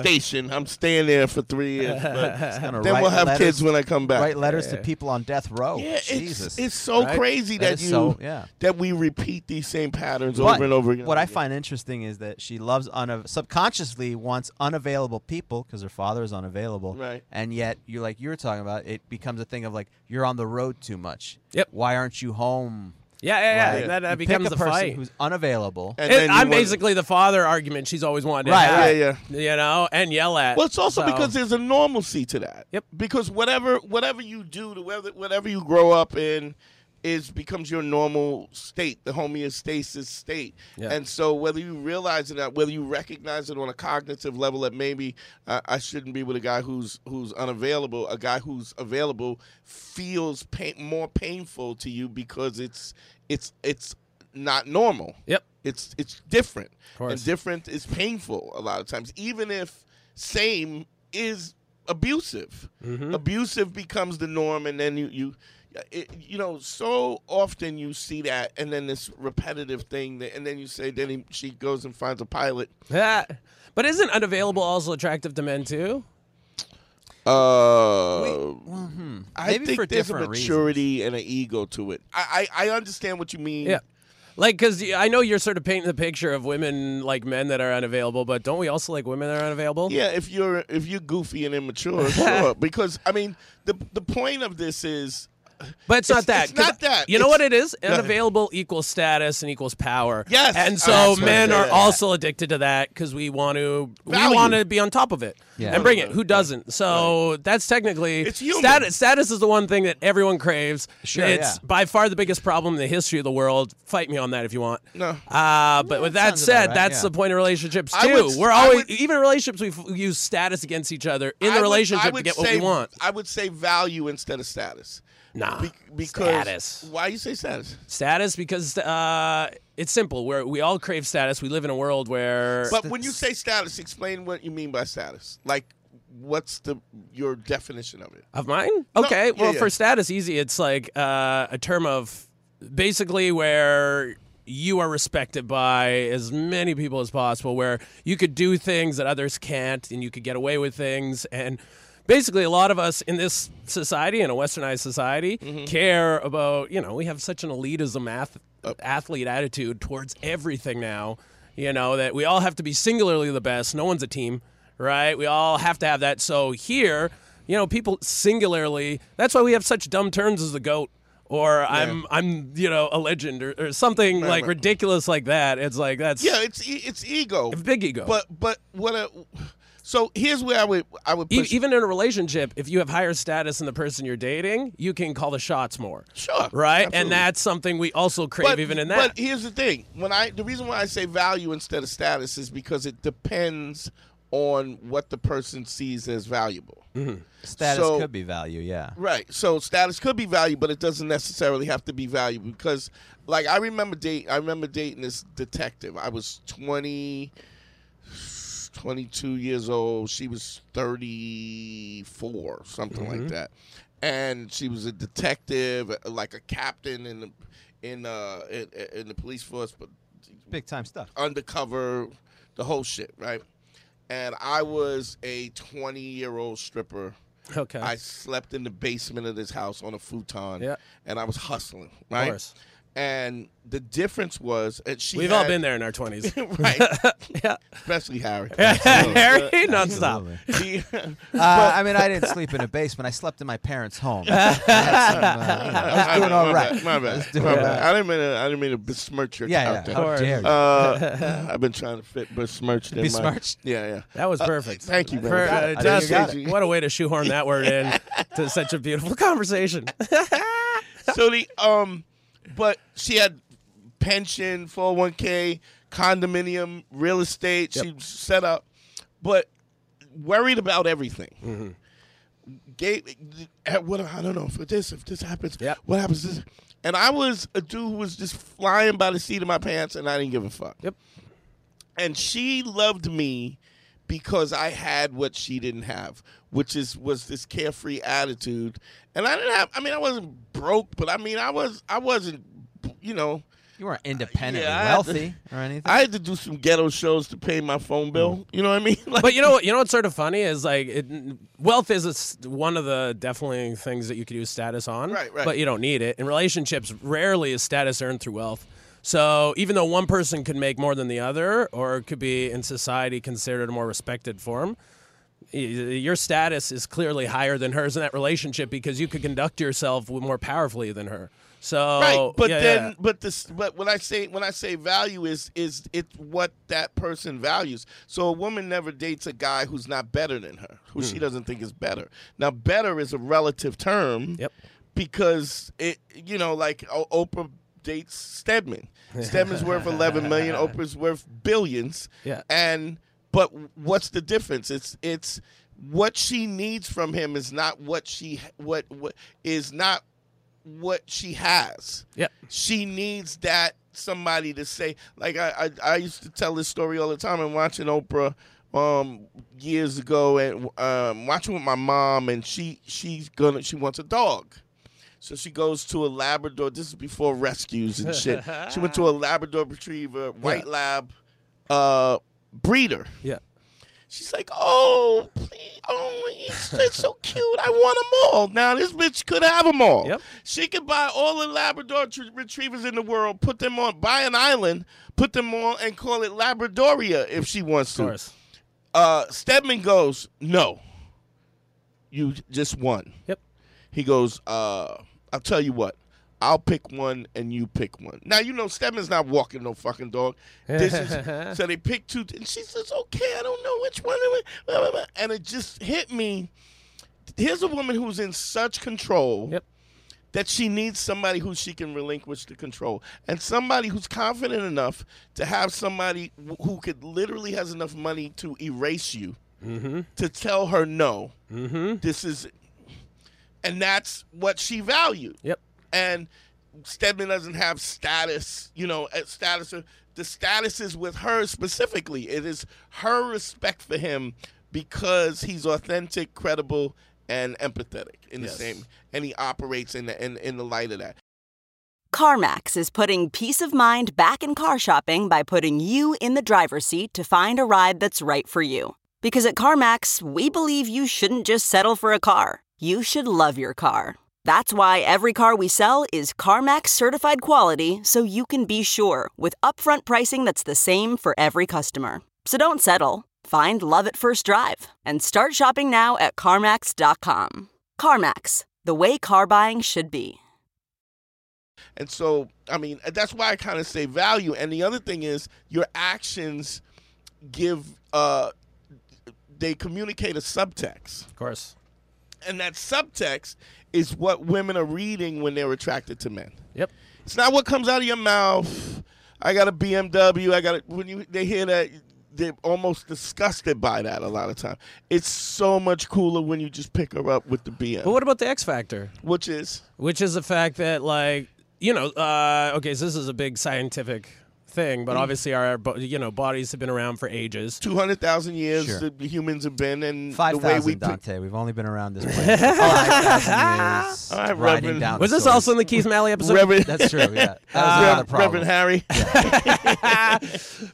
station. I'm staying there for three years.
*laughs*
But
Gonna
then
write
we'll have
letters-
kids when I come back.
Write letters to people on death row.
Yeah,
Jesus.
it's, it's so
Right?
crazy
That
that,
is
you
so- yeah.
that we repeat these same patterns
But
over and over again.
What I find interesting is that she loves una- subconsciously wants unavailable people because her father is unavailable.
Right.
And yet you're like you were talking about, it becomes a thing of like you're on the road too much.
Yep.
Why aren't you home?
yeah, yeah, yeah.
Like,
that
you
that becomes
pick a
the
person
fight.
who's unavailable.
And
It-
then you
I'm
wonder-
basically the father argument she's always wanted to
Right,
have.
right.
Yeah,
You know, and yell at.
Well, it's also
So-
because there's a normalcy to that.
Yep.
Because whatever whatever you do, to whether whatever you grow up in, is becomes your normal state, the homeostasis state.
Yeah.
And so whether you realize it, or not, whether you recognize it on a cognitive level that maybe uh, I shouldn't be with a guy who's who's unavailable, a guy who's available feels pain, more painful to you because it's it's it's not normal.
Yep.
It's it's different.
course.
And different is painful a lot of times. Even if same is abusive.
Mm-hmm.
Abusive becomes the norm and then you you it, you know so often you see that and then this repetitive thing that, and then you say then he, she goes and finds a pilot.
Yeah. But isn't unavailable also attractive to men too?
Uh I
mm-hmm. Maybe
think
for
there's a
different reasons.
maturity and an ego to it. I, I I understand what you mean.
Yeah. Like, because I know you're sort of painting the picture of women like men that are unavailable, but don't we also like women that are unavailable?
Yeah, if you're if you're goofy and
*laughs*
immature, sure. Because I mean, the the point of this is
But
It's-
it's, not that.
it's not
'cause
that.
You know
It's-
what it is?
ahead.
Unavailable equals status and equals power.
Yes. Oh,
And
I
so
was gonna
men
say
are
that.
also addicted to that because we want to we
Value.
want to be on top of it
Yeah.
and bring it. Who doesn't? So that's technically
It's human.
Status, status is the one thing that everyone craves.
Sure,
It's
yeah.
by far the biggest problem in the history of the world. Fight me on that if you want.
no.
Uh, but with that
sounds about
said,
right,
that's
yeah.
the point of relationships
I
too.
would-
We're
I
always
would-
even in relationships we f- use status against each other
I
in the
would- I
relationship
would
to get
say-
what we want.
I would say value instead of status.
Nah,
because
status.
Why you say status?
Status because uh, it's simple. Where we all crave status. We live in a world where
But when you say status, explain what you mean by status. Like, what's the your definition of it?
of mine. Okay,
yeah,
well
yeah.
for status, easy. It's like uh, a term of basically where you are respected by as many people as possible. Where you could do things that others can't, and you could get away with things and. Basically, a lot of us in this society, in a westernized society,
Mm-hmm.
care about, you know, we have such an elitism ath- athlete attitude towards everything now, you know, that we all have to be singularly the best. No one's a team, right? We all have to have that. So here, you know, people singularly. That's why we have such dumb terms as the goat or I'm I'm you know a legend or, or something like
right.
ridiculous like that. It's like that's
Yeah, it's e- it's ego.
big ego.
But but what a. So here's where I would I would
E-
push.
even in a relationship, if you have higher status than the person you're dating, you can call the shots more.
Sure,
Right,
absolutely.
and that's something we also crave even in that.
But here's the thing: when I the reason why I say value instead of status is because it depends on what the person sees as valuable.
Status
So-
could be value, yeah.
Right. So status could be value, but it doesn't necessarily have to be value because, like, I remember date. I remember dating this detective. I was 20, 22 years old. She was thirty four, something like that, and she was a detective, like a captain in the in uh in, in the police force, but
Big time stuff.
undercover, the whole shit, right? And I was a twenty year old stripper.
okay,
I slept in the basement of this house on a futon,
Yeah.
and I was hustling,
of
right?
course.
And the difference was, and she
We've all
had-
been there in
*laughs*
our twenties. *laughs*
right?
yeah.
Especially Harry.
*laughs* Harry, nonstop.
Absolutely.
*laughs* She-
Uh, I mean, I didn't sleep in a basement. I slept in my parents'
*laughs*
home. I, had some, uh, I was doing all
my
right.
Bad, my bad.
doing
my
all
bad. I didn't mean to. I didn't mean to besmirch your
Yeah, yeah.
*laughs*
character.
How
course.
dare you?
Uh, I've been trying to fit besmirched. in my-
Besmirched?
yeah, yeah.
That was perfect.
Uh, thank you, man.
For,
Got
uh,
it.
just-
I think you got it.
what a way to shoehorn that word in to such a beautiful *laughs* conversation.
*laughs* so the um, but she had pension, four hundred one k, condominium, real estate. She set up, but worried about everything. Gave eh, what I don't know if this if this happens.
Yep.
What happens? This, and I was a dude who was just flying by the seat of my pants, and I didn't give a fuck.
Yep.
And she loved me because I had what she didn't have, which is was this carefree attitude. And I didn't have. I mean, I wasn't broke, but I mean, I was. I wasn't. You know,
You weren't independently
Yeah, I had
wealthy or anything.
I had to do some ghetto shows to pay my phone bill. You know what I mean? *laughs* Like,
Mm. but you know what? You know what's sort of funny is like it, wealth is a s one of the definitely things that you could use status on.
Right, right.
But you don't need it. In relationships, rarely is status earned through wealth. So even though one person could make more than the other, or it could be in society considered a more respected form. y- Your status is clearly higher than hers in that relationship because you could conduct yourself more powerfully than her. So,
right but
oh, yeah,
then
yeah.
but this but when i say when i say value is is it's what that person values so a woman never dates a guy who's not better than her who
Mm.
she doesn't think is better now better is a relative term
Yep.
because it you know like O- oprah dates stedman stedman's worth 11 million oprah's worth billions
Yeah.
and but what's the difference it's it's what she needs from him is not what she what what is not what she has.
Yeah.
She needs that somebody to say. Like I, I, I used to tell this story all the time. And watching Oprah um, years ago, and um, watching with my mom, and she she's gonna she wants a dog. So she goes to a Labrador. This is before rescues and shit. she went to a Labrador Retriever, White Lab, uh, breeder.
yeah.
She's like, oh, please, oh, he's that's so cute. I want them all. Now, this bitch could have them all.
Yep.
She could buy all the Labrador tr- retrievers in the world, put them on, buy an island, put them on, and call it Labradoria if she wants
Of
to.
course.
Uh, Stedman goes, no, you j- just won.
Yep.
He goes, uh, I'll tell you what. I'll pick one and you pick one. Now you know Stedman's not walking no fucking dog. This
*laughs*
is, so they pick two, and she says, "Okay, I don't know which one." it wa- blah, blah, blah." And it just hit me. Here's a woman who's in such control
Yep.
that she needs somebody who she can relinquish the control, and somebody who's confident enough to have somebody wh- who could literally has enough money to erase you, to tell her no. This is, and that's what she valued
Yep.
and Stedman doesn't have status, you know, uh, status. The status is with her specifically. It is her respect for him because he's authentic, credible, and empathetic in the same, and he operates in the in, in the light of that.
CarMax is putting peace of mind back in car shopping by putting you in the driver's seat to find a ride that's right for you. Because at CarMax, we believe you shouldn't just settle for a car, you should love your car. That's why every car we sell is CarMax certified quality so you can be sure with upfront pricing that's the same for every customer. So don't settle. Find love at first drive and start shopping now at CarMax.com. CarMax, the way car buying should be.
And so, I mean, that's why I kind of say value. And the other thing is, your actions give uh, they communicate a subtext.
Of course.
and that subtext is what women are reading when they're attracted to men.
Yep.
It's not what comes out of your mouth. I got a BMW. I got a, when you they hear that they're almost disgusted by that a lot of time. It's so much cooler when you just pick her up with the BM,
But what about the X Factor?
which is
which is the fact that like you know uh, okay so this is a big scientific thing, but obviously our bo- you know bodies have been around for ages.
Two hundred thousand years
Sure.
that humans have been, and
Five
the way we
thousand,
put-
Dante. We've only been around this planet for
*laughs*
five thousand years.
All right,
riding
Reverend.
down
Was this
dinosaurs.
also in the Keith Malley
*laughs*
episode?
Reverend,
That's true. Yeah, that was
Rev-
another
Reverend
problem. *laughs*
Harry.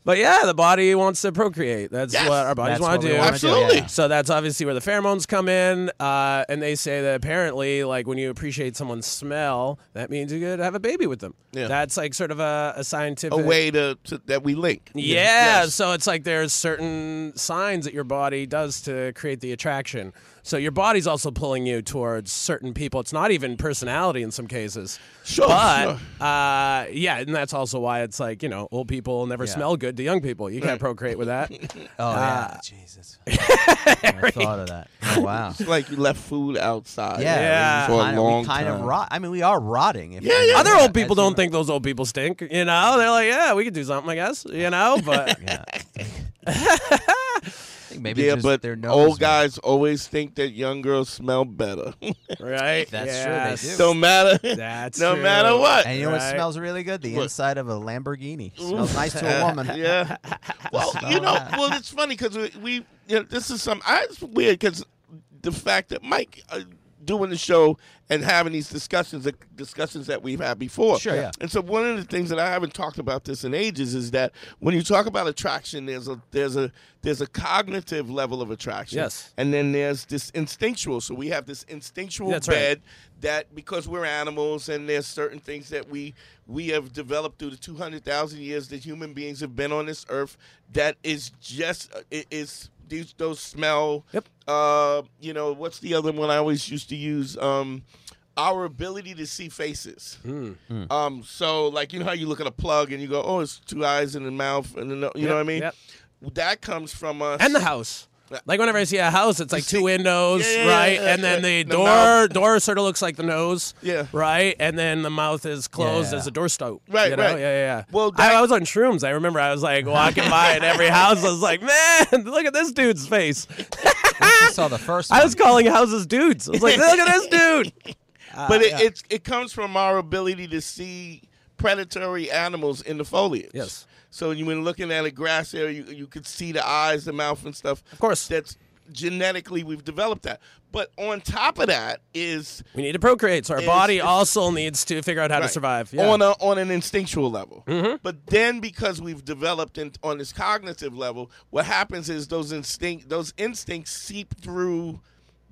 but yeah, the body wants to procreate. That's
Yes.
what our bodies
That's
want
what
to
we
do.
wanna
Absolutely.
Do. yeah.
So that's obviously where the pheromones come in, uh, and they say that apparently, like when you appreciate someone's smell, that means you could have a baby with them.
Yeah.
That's like sort of a, a scientific
a way to, to that we link.
Yeah,
Yes.
so it's like there's certain signs that your body does to create the attraction. So your body's also pulling you towards certain people. It's not even personality in some cases.
Sure,
But Uh, yeah, and that's also why it's like, you know, old people never smell good to young people. You can't procreate with that.
Oh yeah,
Ah.
Jesus. *laughs* I thought of that. Oh,
*laughs*
wow.
It's like you left food outside.
Yeah,
Yeah.
We,
For a
kind,
long
we kind of
time.
rot. I mean, we are rotting. If
Yeah, yeah.
Other old people
That's
don't
what-
think those old people stink, you know? They're like, yeah, we could do something, I guess, you know? But
*laughs* Yeah. I think maybe
Yeah,
just
but
their nose
old
was-
guys always think that young girls smell better. *laughs*
right?
That's true, they
Yes.
do.
no matter, *laughs*
That's
no
true.
matter what.
And you know what
Right.
smells really good? The inside of a Lamborghini smells nice
*laughs*
*laughs*
to a woman. *laughs*
yeah. Well, you know, well, it's funny because we, we you know, this is some. I, it's weird because the fact that Mike uh, doing the show and having these discussions, the discussions that we've had before.
Sure, yeah.
And so one of the things that I haven't talked about this in ages is that when you talk about attraction, there's a there's a there's a cognitive level of attraction.
Yes.
And then there's this instinctual. So we have this instinctual
That's right.
bed that because we're animals and there's certain things that we we have developed through the 200,000 years that human beings have been on this earth that is just it is these those smell
Yep.
uh you know what's the other one I always used to use um our ability to see faces.
Hmm.
Um, so, like, you know how you look at a plug and you go, "Oh, it's two eyes and a mouth," and a no-" you know
Yep,
what I mean.
yep.
That comes from us.
and the house. Like whenever I see a house, it's like two
*laughs*
windows,
Yeah, yeah, yeah,
right?
yeah,
and then
yeah.
the,
The
door
mouth.
door sort of looks like the nose,
Yeah.
right? And then the mouth is closed
Yeah.
as a door stope,
Right,
you know?
right.
Yeah, yeah. yeah.
Well,
I,
that-
I was on shrooms. I remember I
*laughs*
was like walking by at every house. I was like, man, look at this dude's face.
I saw the first one.
I was calling houses dudes. I was like, look at this
*laughs*
dude. Ah,
but it, it's it comes from our ability to see predatory animals in the foliage.
Yes.
So you, when looking at a grass area, you, you could see the eyes, the mouth, and stuff. Of
course.
that's genetically we've developed that. But on top of that is
We need to procreate, so our
It's-
body
it's-
also needs to figure out how to
Right.
survive. Yeah. Mm-hmm.
on a, on an instinctual level. But then because we've developed in, on this cognitive level, what happens is those instinct those instincts seep through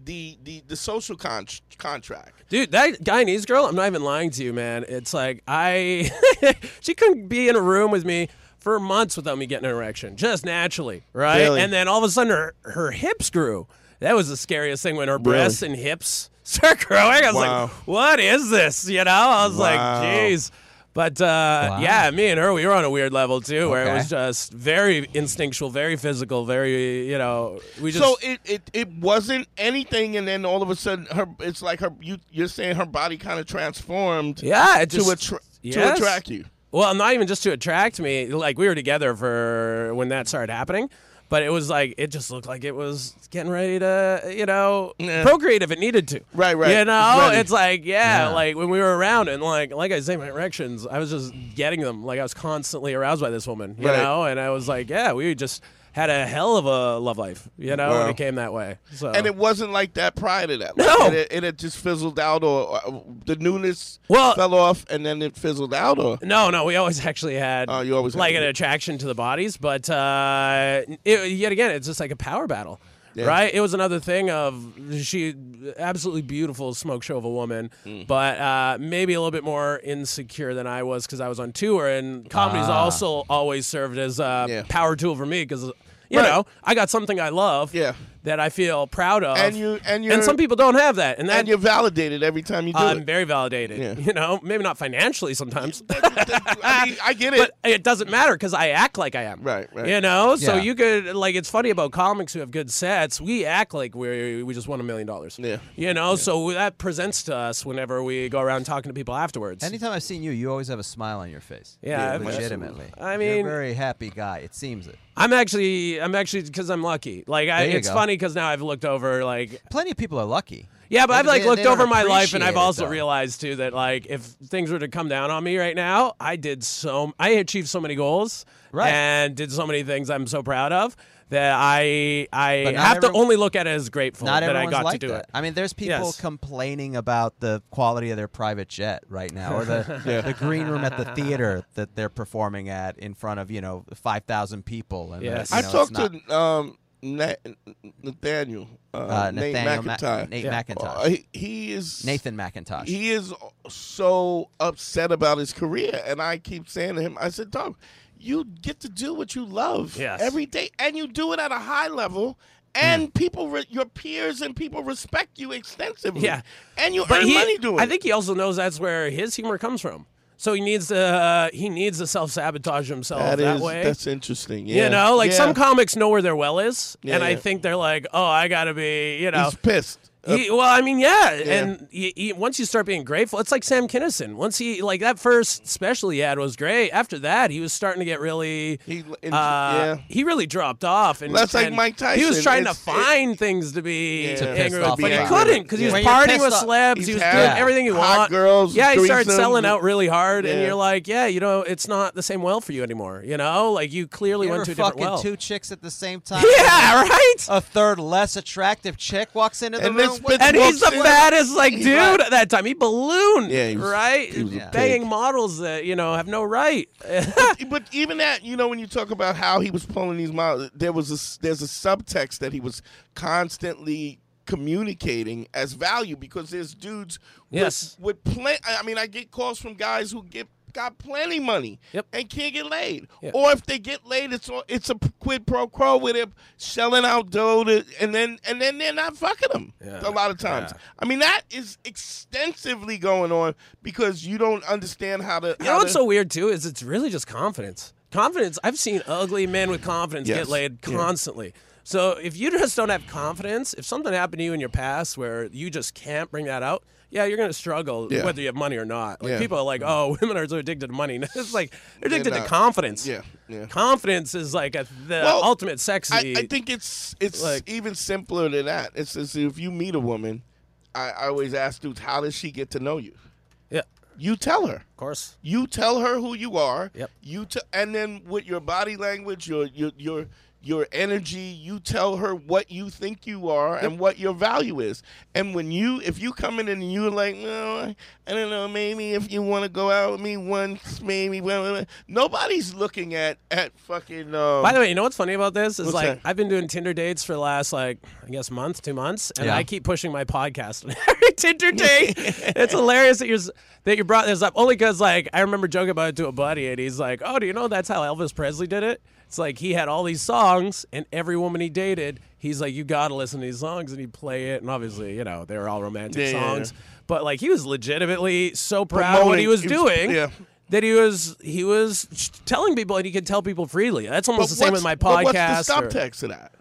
the the the social con- contract.
Dude, that Guyanese girl, I'm not even lying to you, man. It's like I *laughs* she couldn't be in a room with me for months without me getting an erection. Just naturally, right?
Really?
And then all of a sudden her, her hips grew. That was the scariest thing when her breasts and hips *laughs* start growing. I was
Wow.
like, what is this? You know? I was
Wow.
like, jeez. But uh, yeah, me and her, we were on a weird level too, where it
Okay.
was just very instinctual, very physical, very you know, we just
so it, it it wasn't anything, and then all of a sudden, her it's like her you you're saying her body kind of transformed
yeah, it
to
just,
attra- to
Yes.
attract you.
Well, not even just to attract me. Like we were together for when that started happening, but it was like it just looked like it was getting ready to, you know,
Yeah.
procreate if it needed to.
Right, right.
You
It's
know,
ready.
it's like yeah, like when we were around and like like I say, my erections, I was just getting them. Like I was constantly aroused by this woman, you
Right.
know, and I was like, yeah, we just had a hell of a love life, you know,
Wow.
and it came that way. So
And it wasn't like that prior to that. Like,
No.
it, had- it had just fizzled out, or, or the newness
Well-
fell off, and then it fizzled out, or
No, no, we always *laughs* actually had
Oh, you always had
like
it.
an attraction to the bodies, but uh, it, yet again, it's just like a power battle. Right, it was another thing of she absolutely beautiful smoke show of a woman,
Mm.
but uh, maybe a little bit more insecure than I was because I was on tour and comedy's also always served as a
Ah. Yeah.
power tool for me because you
Right.
know I got something I love
Yeah.
that I feel proud of,
And you- and you're-
and some people don't have that, and that
and you're validated every time you do
I'm
*laughs* it.
very validated.
Yeah.
You know, maybe not financially sometimes,
I, mean, I get it.
but it doesn't matter because I act like I am.
Right, right.
You know, so
Yeah.
you could like it's funny about comics who have good sets. We act like we we just won a million dollars.
Yeah.
You know, so that presents to us whenever we go around talking to people afterwards.
Anytime I've seen you, you always have a smile on your face.
Yeah, I've-
legitimately.
I
You're
mean-
a very happy guy. It seems it.
I'm actually I'm actually because I'm lucky. Like I,
There you
it's
go.
funny because now I've looked over like
Plenty of people are lucky.
yeah, but
Like,
I've like
they-
looked
they don't
over my life and
appreciate
I've
it,
also
though.
realized too that like if things were to come down on me right now, I did so I achieved so many goals
Right.
and did so many things I'm so proud of that I I
But not
have to
everyone-
only look at it as grateful
Not
that I
everyone's
got
like
to do
that.
it.
I mean, there's people
Yes.
complaining about the quality of their private jet right now, or
*laughs*
the, the green room at the theater that they're performing at in front of you know five thousand people. And
Yes.
uh, you
I
know,
No,
it's
I talked
not-
to um, Na- Nathaniel, uh,
uh,
Nate
Nathaniel Ma-
McIntyre.
Nate
Yeah.
McIntosh.
Uh, he, he is
Nathan McIntosh.
He is so upset about his career, and I keep saying to him, I said, "Dog, you get to do what you love
Yes. Hmm.
every day, and you do it at a high level." And people, re- your peers and people respect you extensively.
Yeah.
and you
But
earn
he,
money doing.
I
it.
think he also knows that's where his humor comes from. So he needs to uh, he needs to self sabotage himself that,
is-
way.
That's interesting. yeah.
You know, like
Yeah.
some comics know where their well is,
Yeah,
and I
yeah.
think they're like, "Oh, I gotta be," you know.
he's pissed.
He- well, I mean, yeah, and y y once you start being grateful, it's like Sam Kinison. Once he like that first special he had was great. After that, he was starting to get really.
He-
uh,
and- yeah.
he really dropped off, and
That's like
and
Mike
He
Tyson.
was trying to
It's- it-
find things to be
Yeah. To piss
angry with,
off
but he
about.
couldn't because he
Yeah.
was
When you're
partying
pissed
with
off-
celebs. He
He's
was
had
doing everything he
hot
wanted.
girls,
yeah, he started
threesomes,
selling
and-
out really hard, and
Yeah.
you're like, yeah, you know, it's not the same well for you anymore. You know, like you clearly
You
went
ever
to a different
fucking
well.
two Oh, chicks at the same time.
*laughs* Yeah,
*laughs*
right.
A third less attractive chick walks into the
And
room.
this bitch
What-
and he's the
*laughs* Brooks-
fattest like dude at that time. He ballooned,
Yeah, he was-
right?
he was a
Banging
pig.
models that you know have no right. *laughs*
but even that, you know, when you talk about how he was pulling these miles, there was a s- there's a subtext that he was constantly communicating as value because there's dudes with-
Yes.
with, plenty. I mean, I get calls from guys who get got plenty money
Yep.
and can't get laid,
Yeah.
or if they get laid, it's all- it's a quid pro quo with them selling out dough, to, and then and then they're not fucking them a lot of times. I mean, that is extensively going on because you don't understand how to. how
you know what's
to-
so weird too is it's really just confidence. Confidence. I've seen ugly men with confidence get
Yes.
laid constantly. So if you just don't have confidence, if something happened to you in your past where you just can't bring that out, yeah, you're gonna struggle
Yeah.
whether you have money or not. Like
Yeah.
people are like, oh, *laughs* women are so addicted to money. it's like they're
They're
addicted to
not.
confidence.
uh, Yeah, yeah.
Confidence is like a, the
Well,
ultimate sexy.
I, I think it's it's
like-
even simpler than that. It's just if you meet a woman, I, I always ask dudes, how does she get to know you?
yeah, of
You tell her.
course.
You tell her who you are.
Yep.
You t- and then with your body language, your your your your energy, you tell her what you think you are and what your value is. And when you, if you come in and you're like, no, I, I don't know, maybe if you want to go out with me once, maybe. Blah, blah, blah." Nobody's looking at at fucking. Um,
By the way, you know what's funny about this is
What's
like
that?
I've been doing Tinder dates for the last like I guess month, two months, and
Yeah.
I keep pushing my podcast on every *laughs*
*laughs*
Tinder date. it's hilarious that you're s- that you brought this up only because like I remember joking about it to a buddy, and he's like, "Oh, do you know that's how Elvis Presley did it? It's like he had all these songs, and every woman he dated, he's like, you gotta listen to these songs, and he'd play it, and obviously, you know, they were all romantic
Yeah, yeah, yeah.
songs, but like he was legitimately so proud of what he
Promoting-
was
he was-
doing."
yeah.
That he was he was sh- telling people, and he could tell people freely. That's
But
almost the same
what's-
with my
but
podcast.
What's the
or-
subtext of that?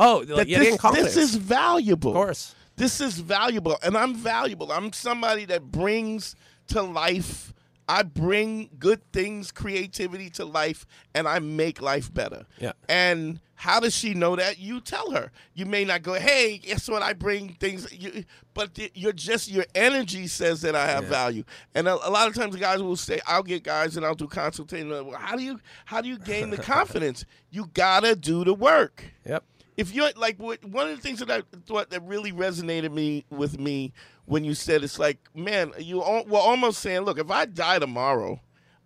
Oh, like,
That
yeah,
this,
this, confidence.
this is valuable. Of
course.
This is valuable. And I'm valuable. I'm somebody that brings to life, I bring good things, creativity to life, and I make life better.
Yeah.
And how does she know that? You tell her. You may not go, hey, guess what? I bring things. You, but th- you're just, your energy says that I have value. And a, a lot of times the guys will say, I'll get guys and I'll do consultation. Well, how do you, how do you gain the
*laughs*
confidence? You gotta do the work
yep.
if you're like what- one of the things that I thought that really resonated me with me when you said it's like man you al- were almost saying look if I die tomorrow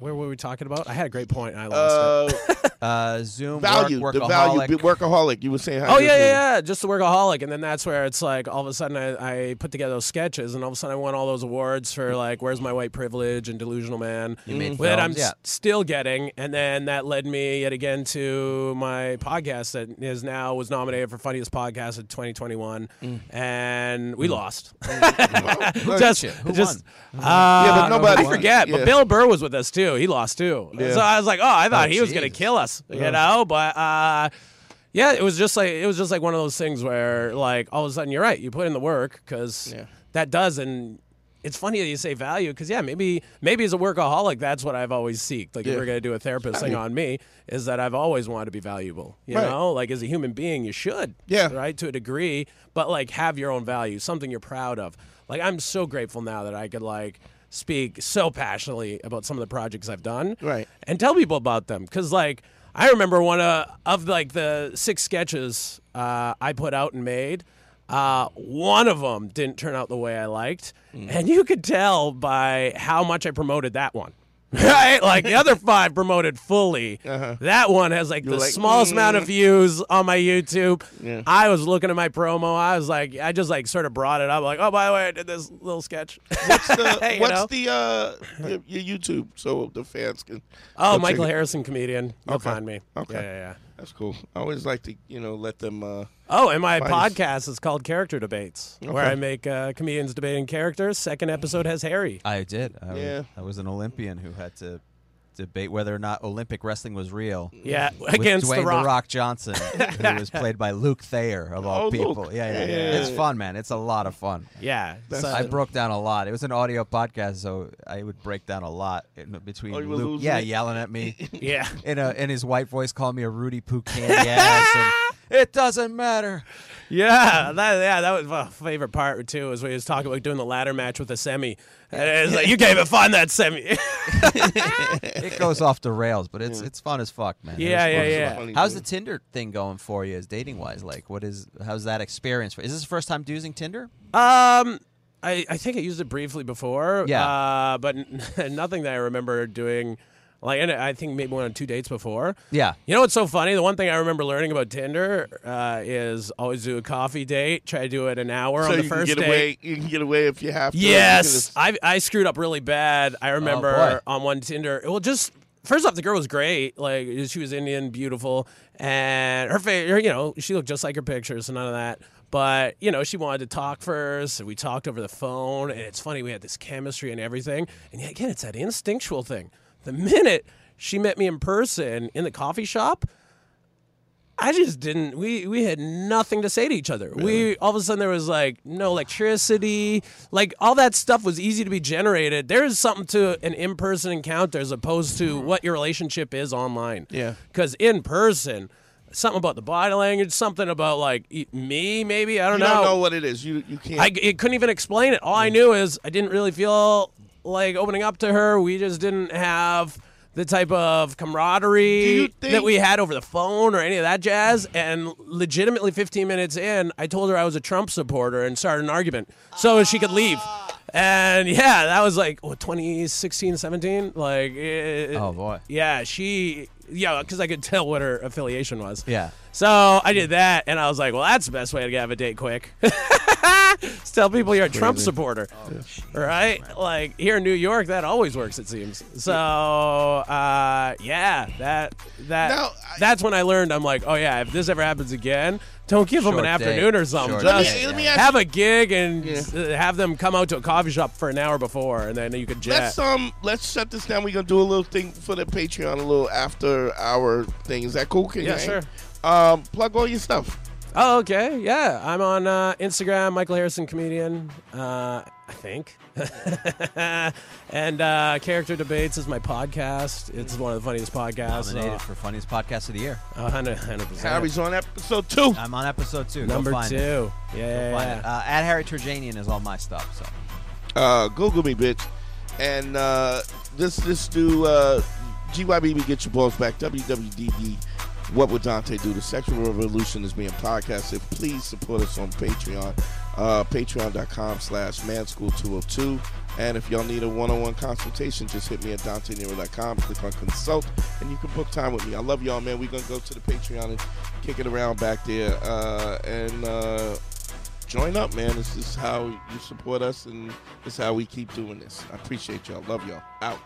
where were we talking about? I had a great point and I lost it.
Uh,
Uh, Zoom
value.
*laughs* work,
the value.
workaholic.
be- Workaholic. You were saying. How
Oh
you
yeah,
were-
yeah, yeah. Just the workaholic, and then that's where it's like all of a sudden I, I put together those sketches, and all of a sudden I won all those awards for like "Where's My White Privilege" and "Delusional
Mm.
Man," Mm-hmm.
You made
that
films,
I'm s-
yeah.
still getting, and then that led me yet again to my podcast that is now was nominated for funniest podcast of 2021, and we lost. *laughs* just,
shit. Mm. Who
just, uh,
but nobody
I
won.
forget,
Yeah.
but Bill Burr was with us too. He lost too. So I was like, oh, I thought he was gonna
jeez.
kill us, you know, but. uh yeah, it was just like it was just like one of those things where like all of a sudden you're right, you put in the work because that does, and it's funny that you say value because yeah, maybe maybe as a workaholic, that's what I've always seeked. Like if we're gonna do a therapist thing on me, is that I've always wanted to be valuable. You
Right.
know, like as a human being, you should
Yeah.
right to a degree, but like have your own value, something you're proud of. Like I'm so grateful now that I could like speak so passionately about some of the projects I've done,
Right.
and tell people about them because like i remember one of, of like the six sketches uh, i put out and made uh, one of them didn't turn out the way i liked
Mm.
and you could tell by how much i promoted that one *laughs* right like the other five promoted fully
Uh-huh.
that one has like the
like, "Mm."
smallest amount of views on my youtube
Yeah.
i was looking at my promo i was like i just like sort of brought it up like oh by the way i did this little sketch
What's
*laughs*
the
You
What's
know?
the uh your, your YouTube so the fans can.
oh
go
michael
check it.
harrison comedian you'll find me
Okay.
yeah yeah yeah
That's cool. I always like to you know let them. uh
Oh, and my
Nice.
podcast is called Character Debates, where I make uh, comedians debating characters. Second episode has Harry.
I did. I, was-
Yeah.
I was an Olympian who had to debate whether or not Olympic wrestling was real.
Yeah,
with
against
Dwayne
the Rock.
Johnson, who
*laughs*
was played by Luke Thayer of all
Oh,
people.
Luke.
Yeah, yeah, yeah,
Yeah.
It's fun, man. It's a lot of fun.
Yeah, so-
I broke down a lot. It was an audio podcast, so I would break down a lot in between
Oh, you were
Luke,
losing
yeah,
it?
yelling
*laughs*
at me,
yeah.
in a in his white voice called me a Rudy Poo
*laughs*
candy ass. and, it doesn't matter.
Yeah, that, yeah, that was my favorite part too. Is when he was talking about doing the ladder match with the semi, and it's like you can't even find that semi. *laughs* yeah,
It goes off the rails, but it's it's fun as fuck, man. It was fun
yeah,
as
yeah.
funny
How's the
dude.
Tinder thing going for you, as dating wise? Like, what is how's that experience? For, is this the first time using Tinder?
Um, I, I think I used it briefly before.
Yeah.
uh, but n- *laughs* nothing that I remember doing. Like, and I think maybe one or two dates before.
Yeah.
You know what's so funny? The one thing I remember learning about Tinder uh, is always do a coffee date. Try to do it an hour
So
on the
you can
first
get
date.
away. You can get away if you have to.
Yes, I I screwed up really bad. I remember
boy.
on one Tinder. Well, just first off, the girl was great. Like she was Indian, beautiful, and her face. You know, she looked just like her pictures, so none of that. But you know, she wanted to talk first, and we talked over the phone. And it's funny, we had this chemistry and everything. And yet again, it's that instinctual thing. The minute she met me in person in the coffee shop, I just didn't. We we had nothing to say to each other. We all of a sudden there was like no electricity, like all that stuff was easy to be generated. There is something to an in-person encounter as opposed to what your relationship is online.
Mm-hmm. Yeah.
because in person, something about the body language, something about like e- me, maybe I
You
don't
don't
know.
know what it is. You you can't.
I it couldn't even explain it. All I knew is I didn't really feel like opening up to her. We just didn't have the type of camaraderie
think-
that we had over the phone or any of that jazz. And legitimately, 15 minutes in, I told her I was a Trump supporter and started an argument so she could leave. And yeah, that was like what, 2016, 17. Like, it,
Oh, boy.
yeah, she, yeah, because I could tell what her affiliation was.
Yeah.
So I did that, and I was like, well, that's the best way to have a date quick. *laughs* Just tell people you're a Trump supporter,
Oh,
right? Like here in New York, that always works, it seems. So uh, yeah, that that
Now, I-
that's when I learned. I'm like, oh yeah, if this ever happens again, don't give them an
Short
afternoon
date.
or something.
Short
Let me-
Just
let me ask
have a gig and s- have them come out to a coffee shop for an hour before, and then you could jet.
Let's um let's shut this down. We're gonna do a little thing for the Patreon, a little after hour thing. Is that cool? King?
Yeah, sure.
Um plug all your stuff.
Oh, okay. Yeah. I'm on uh, Instagram, Michael Harrison Comedian, uh, I think. *laughs* and uh, Character Debates is my podcast. It's one of the funniest podcasts.
Nominated for funniest podcast of the year.
Uh, 100, 100%.
Harry's on episode two.
I'm on episode two. Go
Number
find it.
two.
Go find it.
Yeah.
Uh, at Harry Turjanian is all my stuff. So
Uh Google me, bitch. And uh this this do uh GYBB get your balls back. WWDD What Would Dante Do? The Sexual Revolution is being podcasted. Please support us on Patreon. Uh, Patreon.com slash manschool202. And if y'all need a one on one consultation, just hit me at DanteNero.com. Click on consult and you can book time with me. I love y'all, man. We're going to go to the Patreon and kick it around back there. Uh, and uh, join up, man. This is how you support us and this is how we keep doing this. I appreciate y'all. Love y'all. Out.